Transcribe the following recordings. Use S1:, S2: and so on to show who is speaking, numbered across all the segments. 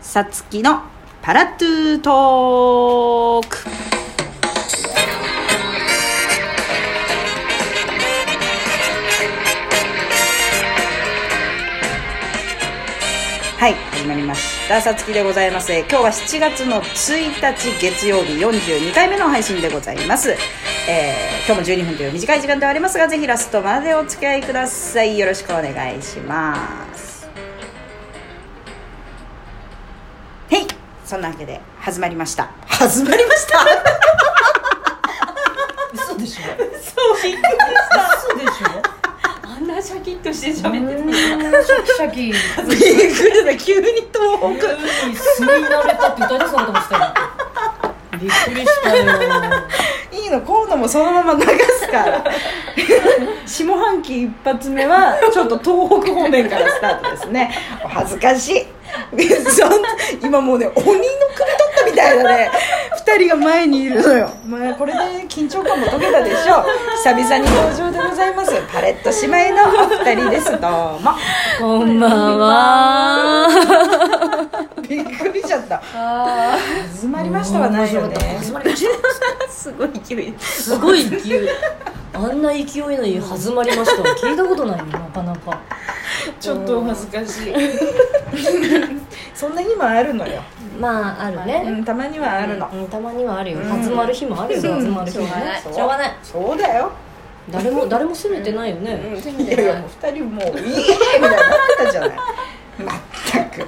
S1: さつきのパラトゥートークはい始まりましたさつきでございますえー今日は7月の1日月曜日42回目の配信でございます、えー今日も12分という短い時間ではありますがぜひラストまでお付き合いくださいよろしくお願いしますはいそんなわけで始まりました始まりました
S2: 嘘でしょ
S3: そうびっくりした
S2: 嘘でしょ
S3: あんなシャキッとして
S2: う
S3: 喋って
S2: ーんシャキシャ
S1: び
S2: キ
S1: っくりだ急に東北
S2: 急にすり慣れたって歌い出そうかと思ってたよびっくりしたよ
S1: いいの今度もそのまま流すから 下半期一発目はちょっと東北方面からスタートですねお恥ずかしい そんな今もうね鬼の首取ったみたいなね2人が前にいるのよ、まあ、これで緊張感も解けたでしょう久々に登場でございますパレット姉妹のお二人ですどうも
S2: こんばんは
S1: びっくりしちゃった
S3: あ
S1: 始まりましたはないよね
S2: 始まりまし
S1: すごい勢い
S2: たすごい勢いあんな勢いのいい始まりましたは聞いたことないよなかなか
S1: ちょっとお恥ずかしい そんな日もあるのよ
S2: まあある
S1: う
S2: ね、
S1: ん、たまにはあるの、
S2: うんたまにはあるよ
S1: うん
S2: 集まる日もあるよ集
S1: うん
S2: まる日もね
S3: しょうがない
S2: しょうがない
S1: そうだよ
S2: 誰も誰も責めてないよね、
S3: ー
S1: いやいやもう二人もういいみたいになったじゃないまった く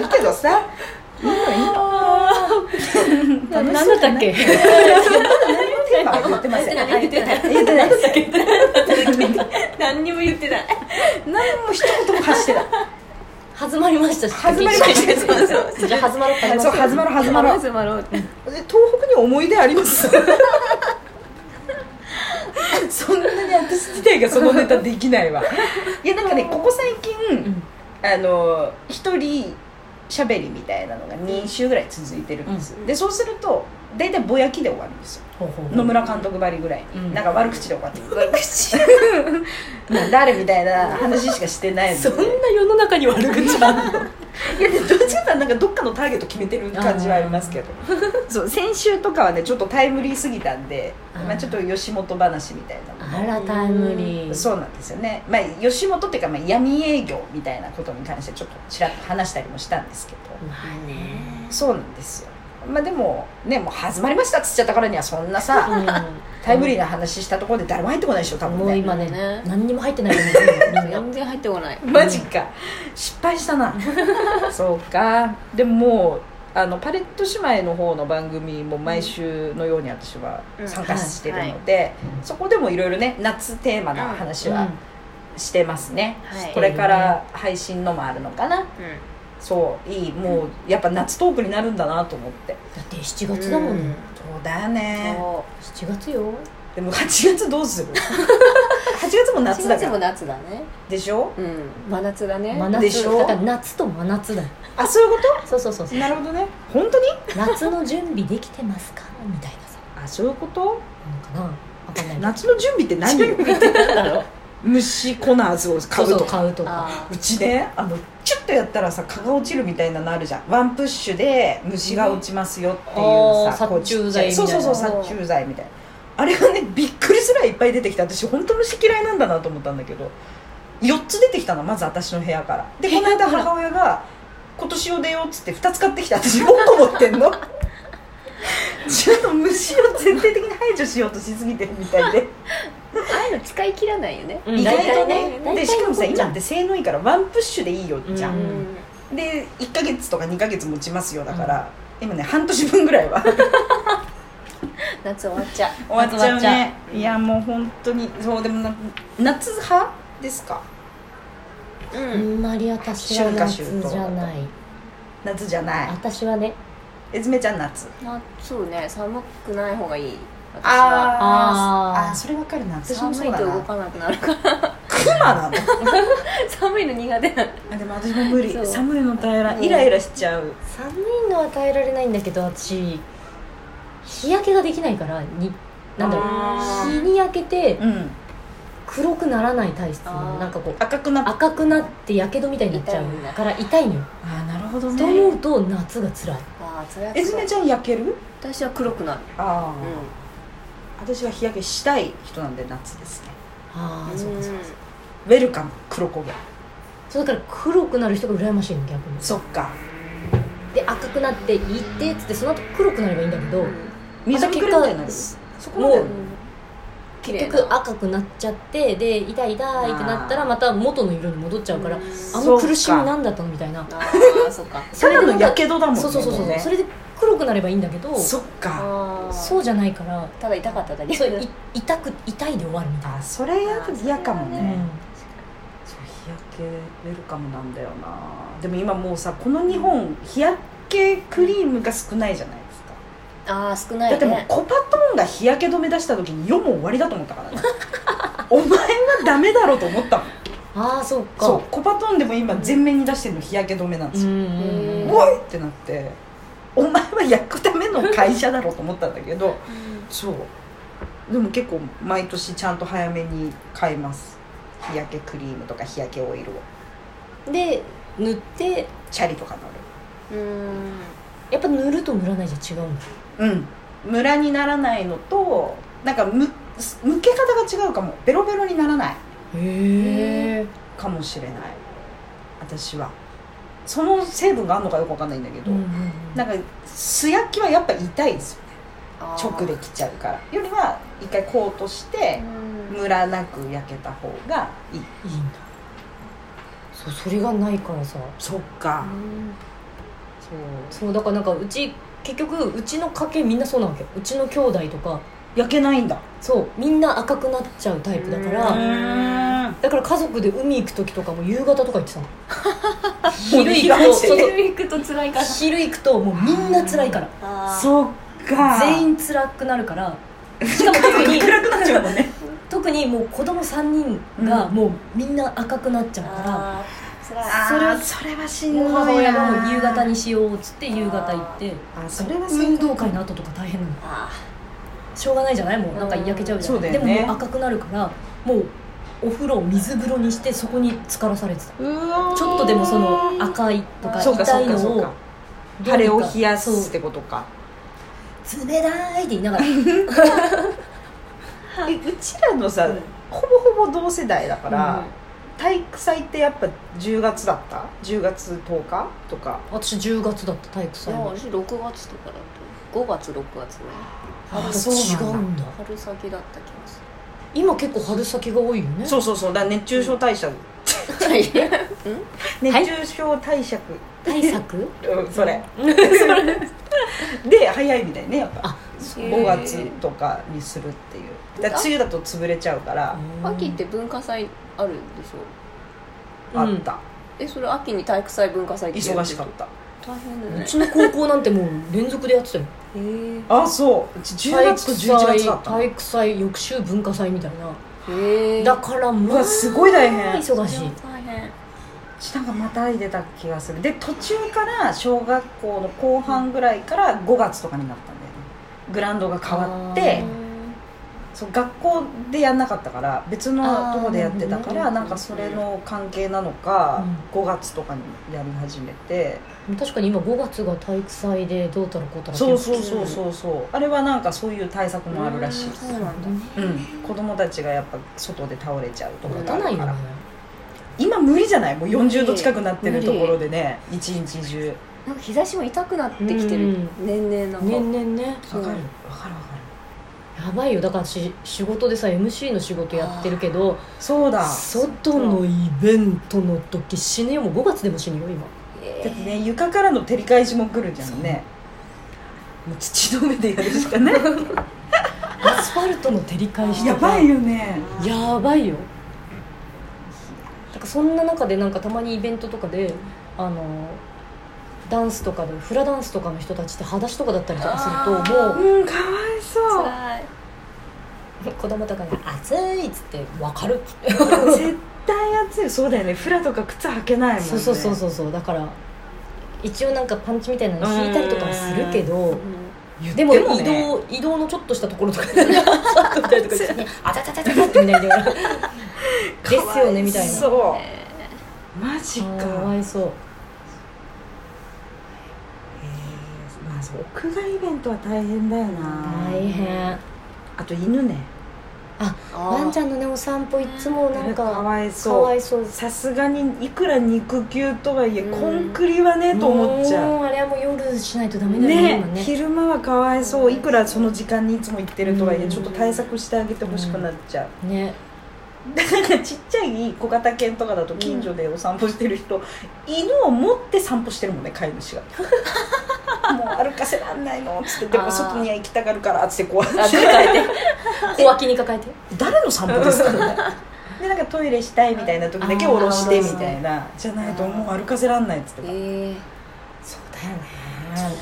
S1: いいけどさいいのいいの
S2: ななんだったっけ
S1: テーマは言ってません
S3: 言ってない
S1: 言ってないです
S3: 何にも言ってない
S1: 何も一言も発してない
S2: 始まりましたし
S1: 始まりました
S3: そうそう
S2: じゃあ始まろう始まろう
S1: そう始まろう始まろうで
S3: 始まろうって
S1: 東北に思い出あります そんなに私自体がそのネタできない わいやなんかねここ最近、
S2: ん
S1: あの一人しゃべりみたいなのが2週ぐらい続いてるんです、でそうすると大体ぼやきで終わるんですよ
S2: ほうほうほう
S1: 野村監督ばりぐらいに、
S2: うん
S1: なんか悪口で終わって悪口 なんだあれみたいな話しかしてないので
S2: そんな世の中に悪口あんの
S1: いやでどっちかというとなんかどっかのターゲット決めてる感じはありますけど そう先週とかはねちょっとタイムリーすぎたんで
S2: あー
S1: まあ、ちょっと吉本話みたいなの
S2: あらタイムリー
S1: そうなんですよね、まあ、吉本っていうか、まあ、闇営業みたいなことに関してちょっとちらっと話したりもしたんですけど、
S2: まあね
S1: そうなんですよまあでもねもう始まりましたっつっちゃったからにはそんなさ
S2: う
S1: タイムリーな話したところで誰も入ってこないでしょ多分
S2: んもう
S1: ね
S2: 今ね
S3: ね
S2: 何にも入ってないと思うみんな
S3: 全然入ってこない
S1: マジか、失敗したな そうかでももうあのパレット姉妹の方の番組も毎週のように私は
S3: うん
S1: 参加してるので、そこでもいろいろね夏テーマな話はしてますね、
S3: はい
S1: これから配信のもあるのかな
S3: う
S1: そういいもうやっぱ夏トークになるんだなと思って
S2: だって7月だもんね
S1: そうだよね
S3: そ
S2: 7月よ
S1: でも8月どうする 8月も
S3: う
S1: 夏だ
S3: 8月
S1: か
S3: も
S1: ら
S3: 夏だね
S1: でしょ
S3: うん真夏だね
S2: 真
S1: でし
S2: 夏
S1: ょ
S2: だから夏と真夏だよ
S1: あそういうこ
S2: そうそうそうそ
S1: と
S2: う
S1: なるほどね本当に
S2: 夏の準備できてますかみたいなさ
S1: あそういうこと
S2: なのかなわかんないけど
S1: 夏の準備って何よ 虫コナーズを買う
S2: そ
S1: と
S2: うそう
S1: か
S2: 買うとか
S3: あ
S1: うちねあのチュッとやったらさ蚊が落ちるみたいなのあるじゃんワンプッシュで虫が落ちますよっていう
S2: あ
S1: さ、
S2: ー
S1: こうちっちゃい
S2: 殺虫剤みたいな
S1: そうそうそう殺虫剤みたいなあれがねびっくりすらいっぱい出てきて私本当虫嫌いなんだなと思ったんだけど4つ出てきたのまず私の部屋からでこの間母親が「今年を出よう」っつって2つ買ってきて私6個持ってん のちょっと虫を全体的に排除しようとしすぎてるみたいで
S3: ああいうの使い切らないよね
S2: うん
S1: 意外と
S2: 大体
S1: ね
S2: 大
S1: で
S2: 体
S1: しかもさ
S2: 残っちゃう
S1: 今って性能いいからワンプッシュでいいよじゃ、
S2: うんん
S1: で1ヶ月とか2ヶ月持ちますよだから、今ね半年分ぐらいは終
S3: 夏終わっちゃう
S1: わっちゃう
S2: 終わ
S1: ねいやもう本当にそうでもな夏派ですか
S2: あ
S3: うん
S2: んまり私は夏
S1: 春夏秋
S2: じゃない
S1: 夏じゃない
S2: 私はね
S1: えずめちゃん夏
S3: 夏そうね寒くない方がいい私は
S1: あー
S2: あー
S1: あーそれわかるな私も
S3: 寒
S1: そう
S3: い
S1: だ
S3: と動
S1: な
S3: かなくなるから
S1: クマなの
S3: 寒いの苦手なの
S1: あでも私も無理
S3: そう
S1: 寒いの耐えら
S3: うん
S1: イライラしちゃう
S2: 寒いのは耐えられないんだけど私日焼けができないからになんだろう
S1: あー
S2: 日に焼けて
S1: うん
S2: 黒くならない体質な
S3: あ
S2: の
S3: ー
S2: なんかこう
S1: 赤くなっ
S2: 赤くなってやけどみたいになっちゃう
S3: 痛いんだ
S2: から痛いのよ、
S1: あーなるほど
S2: と
S1: ね
S2: 思うと夏が辛い
S3: あーそれは
S1: えず
S3: そう
S1: めちゃん焼ける
S3: 私は黒くなる
S1: ああ、
S3: う
S1: 私は日焼けしたい人なんで夏ですね
S2: ああ
S3: ん
S2: そうかそう
S3: う
S2: か
S3: ん
S1: ウェルカム黒焦げ
S2: そうだから黒くなる人が羨ましいの逆に
S1: そっか
S2: で赤くなっていってっつってその後黒くなればいいんだけど、
S1: 水
S2: また
S1: ぶ
S2: 結
S1: くれ
S2: 果
S1: みたいになる
S2: す
S1: そこまで
S2: もう
S3: 綺麗
S2: 結
S3: な
S2: 局赤くなっちゃってで痛い痛いってなったらまた元の色に戻っちゃうから、あの苦しみなんだったのみたいな
S3: ああそっか
S1: ただのやけどだもんね
S2: そうそうそうそう、
S1: もね
S2: それで黒くなればいいんだけど
S1: そっか
S3: あー
S2: そうじゃないから
S3: ただ痛かっただけ
S2: そうい痛く痛いで終わるみたい
S1: あそれや
S3: あー
S1: 嫌かもね
S2: な、うん
S1: そう日焼けウェルカムなんだよなでも今もうさこの日本日焼けクリームが少ないじゃないですか
S3: ああ少な
S1: だっ
S3: い
S1: てもう
S3: ね
S1: コパトーンが日焼け止め出した時に世も終わりだと思ったからね お前はダメだろうと思ったの
S2: ああそうか
S1: そうコパトーンでも今全面に出してるの日焼け止めなんです
S2: ん
S1: よ、
S2: うん
S3: うん
S1: おいってなってお前は焼くための会社だろうと思ったんだけどそうでも結構毎年ちゃんと早めに買います日焼けクリームとか日焼けオイルを
S2: で塗って
S1: チャリとか乗る
S3: うん
S2: やっぱ塗ると塗らないじゃ違うんだ
S1: うんムラにならないのとなんかむむけ方が違うかもベロベロにならない
S2: へえ
S1: かもしれない私はその成分があるのかよくわかんないんだけど、なんか素焼きはやっぱ痛いですよ
S3: あー
S1: 直できちゃうからよりは一回コートして
S3: うん
S1: ムラなく焼けた方がいい
S2: いいんだそうそれがないからさ
S1: そっか
S3: うん
S1: そう
S2: そうだからなんかうち結局うちの家系みんなそうなわけうちの兄弟とか
S1: 焼けないんだ
S2: そうみんな赤くなっちゃうタイプだか
S3: う
S2: ら
S3: ん
S2: だから家族で海行く時とかも夕方とか行っ てたの昼
S1: 昼が
S2: 行くと
S1: 落ち
S2: そう
S1: てる
S2: そう
S3: 昼行くと辛いから
S2: 昼行くともうみんな辛いから
S3: あ
S1: そっか
S2: 全
S1: 員
S2: 員辛くなるからしかも特に
S1: 暗くなっちゃうもんね
S2: 特にもう子供三3人がもうみんな赤くなっちゃうか
S3: あー辛い
S2: それ
S1: あーそれはしん
S2: ら、
S1: どい
S2: もう
S1: な
S2: 母親がもう夕方にしようっつって夕方行って
S1: あそれはしん
S2: 運
S1: どい
S2: 動会の後とか大変なの
S3: あ
S2: しょうがないじゃないもうなんか焼けちゃうじゃ、
S1: うんんそうだ
S2: で
S1: よ
S2: も
S1: ね
S2: もう赤くなるからもうお風呂を水風呂にしてそこに浸からされてた
S1: うわー
S2: ちょっとでもその赤いとか
S1: そうか
S2: 痛
S1: そう
S2: い
S1: かそ
S2: の
S1: う
S2: を
S1: か腫れを冷や
S2: そう
S1: すってことか
S2: 冷たいって言いながら
S1: えうちらのさ、
S3: うん
S1: ほぼほぼ同世代だから、
S3: うん
S1: 体育祭ってやっぱ10月だった10月10日とか
S2: 私10月だった体育
S3: ー
S2: 祭
S3: いや
S2: の
S3: 私6月とかだった5月6月ね
S1: あ
S2: あ
S1: そうなんだ
S2: 違うんだ
S3: 春先だった気がす
S2: 今結構春先が多いよね
S1: そうそうそうだから熱中症対策
S3: るはい
S1: 熱中症対策、
S2: 対策
S1: うん、そ れで早いみたいねやっぱ
S2: あ
S1: 5月とかにするっていうだから梅雨だと潰れちゃうから
S3: 秋って文化祭あるでしょ
S1: あった、
S3: えそれ秋に体育祭文化祭ってやつ
S1: 忙しかった
S3: 大変だ
S2: う
S3: ね
S2: ちの高校なんてもう連続でやって たよ
S3: えー
S1: あそううち10月と11月だったの
S2: 体育祭体育祭翌週文化祭みたいな
S3: えー
S2: だから
S1: う
S2: も
S1: わすごい大変
S2: 忙しい
S3: 大変
S1: ちなんかまたいでた気がするで途中から小学校の後半ぐらいから5月とかになったんだよねグラウンドが変わっ
S2: う
S1: て
S3: うん
S1: そう学校でやんなかったから別のとこでやってたか
S2: あ
S1: ら
S2: ー
S1: なんかそれの関係なのか、5月とかにやり始めて、
S2: 確かに今5月が体育祭でどうたらこうたら
S1: そう
S2: う
S1: そうそうそうそうあれはなんかそういう対策もあるらしい
S3: うんそうなんだ
S1: うん、子供たちがやっぱ外で倒れちゃうとか
S2: 持
S1: が
S2: た
S1: あ
S2: ない
S1: る
S2: よ
S1: か
S2: ね
S1: ら今無理じゃないもう40度近くなってるところでね一日中
S3: なんか日差しも痛くなってきてる年々なんか
S2: 年々ね
S1: わかる
S3: うん
S1: わかるわかる
S2: やばいよだからし仕事でさ MC の仕事やってるけど
S1: そうだ
S2: 外のイベントの時死ねよもう5月でも死ぬよ今
S3: え
S1: だって
S3: ー
S1: ね床からの照り返しも来るじゃんねもう土の上でやるしかない
S2: アスファルトの照り返しと
S1: や
S2: か
S1: ばいよね
S2: やばいよだからそんな中でなんかたまにイベントとかであのダンスとかでフラダンスとかの人たちって裸足とかだったりとかすると
S3: あー
S2: も
S1: うんかわいそう
S3: 辛いう
S2: 子供とかに「暑い」っつって「分かる」っつって
S1: 絶対暑いそうだよねフラとか靴履けないもんね
S2: そうそうそうそうそうだから一応なんかパンチみたいなの引いたりとかはするけど
S3: うん
S1: 言って
S2: でも
S1: も、ね、
S2: 移動移動のちょっとしたところとかでなんかさっと見たりとかしてあちゃちゃちゃちゃちゃってみんな言いながらですよねみたいな
S1: かわそう、
S3: え
S1: マジ
S2: あーか
S1: か
S2: わいそう
S1: えーまあそう屋外イベントは大変だよな
S2: 大変
S1: あと犬ね
S3: ーあ
S2: ワンち
S3: ゃん
S2: ゃんのねお散歩いつもなん
S1: か
S2: か
S1: わい
S2: か
S1: そ
S2: わ
S1: う
S2: いそう
S1: さすがにいくら肉球とはいえ、
S2: うん
S1: コンクリはねと思っちゃう
S2: もうあれはもう夜しないとダメだよね
S1: ね
S2: 今ね
S1: 昼間はかわいそういくらその時間にいつも行ってるとはいえ、
S2: うん
S1: ちょっと対策してあげてほしくなっちゃう、
S2: ね
S1: なんか ちっちゃい小型犬とかだと近所でお散歩してる人、犬を持って散歩してるもんね飼い 主がもう歩かせらんないのっつってで
S2: あ
S1: も
S2: ー
S1: 外には行きたがるからっつってこう
S2: あ抱えて小脇に抱えて
S1: 誰の散歩ですかねでなんかトイレしたいみたいな時だけ下ろしてみたいなじゃないともう歩かせらんないっつってた
S3: え
S1: そうだよ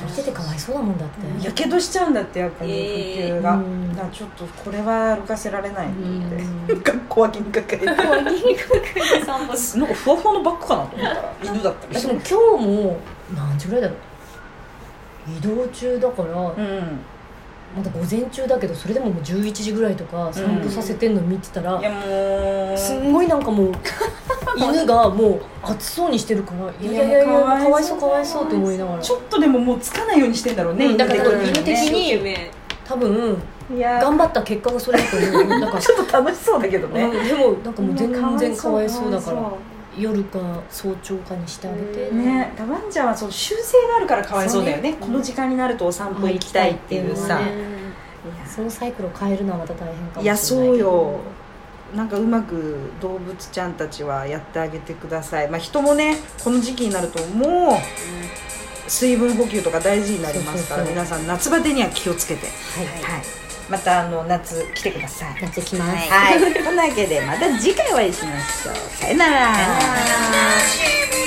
S2: 見ててかわいそうだもんだって
S1: やけどしちゃうんだってやっぱ肉球が、
S2: えーうん
S1: だからちょっとこれは歩かせられ ないと思って、
S2: う
S1: 学校は金額でなんか
S3: ー、脇にかけて散歩す
S1: ふわふわのバッグかなと思ったら犬だったり
S2: で
S1: し
S2: も
S1: て
S2: 今日も何時ぐらいだろう移動中だからま
S1: うん
S2: だ午前中だけどそれでももう11時ぐらいとか散歩させてんの見てたら、
S1: いやもう
S2: すんごいなんかもう犬がもう暑そうにしてるからいやいやいやいやかわいそうかわいそうって思いながら
S1: ちょっとでももうつかないようにしてんだろうね、
S2: うんだから
S1: 犬的
S2: 犬的
S1: に
S2: に
S3: ね
S2: 多分
S1: ねいや
S2: 頑張った結果がそれだと思うだ から
S1: ちょっと楽しそうだけどね、
S2: うんでもなんかもう全然かわいそうだか
S1: から
S2: 夜か早朝かにしてあげて、
S1: ねダワンちゃんはその習性があるからかわいそうだよねこの時間になるとお散歩行きたいっていうさ、
S2: うん
S1: い
S2: そのサイクルを変えるのはまた大変かもしれない
S1: やいやそうよなんかうまく動物ちゃんたちはやってあげてくださいまあ人もねこの時期になるともう水分補給とか大事になりますから
S2: そうそうそ
S1: 皆さ
S2: う
S1: ん夏バテには気をつけて、
S2: はい、
S1: はい、またあの夏来てください
S2: やってきます、
S1: はい、というわけでまた次回お会いしましょう。さよなら。
S3: あー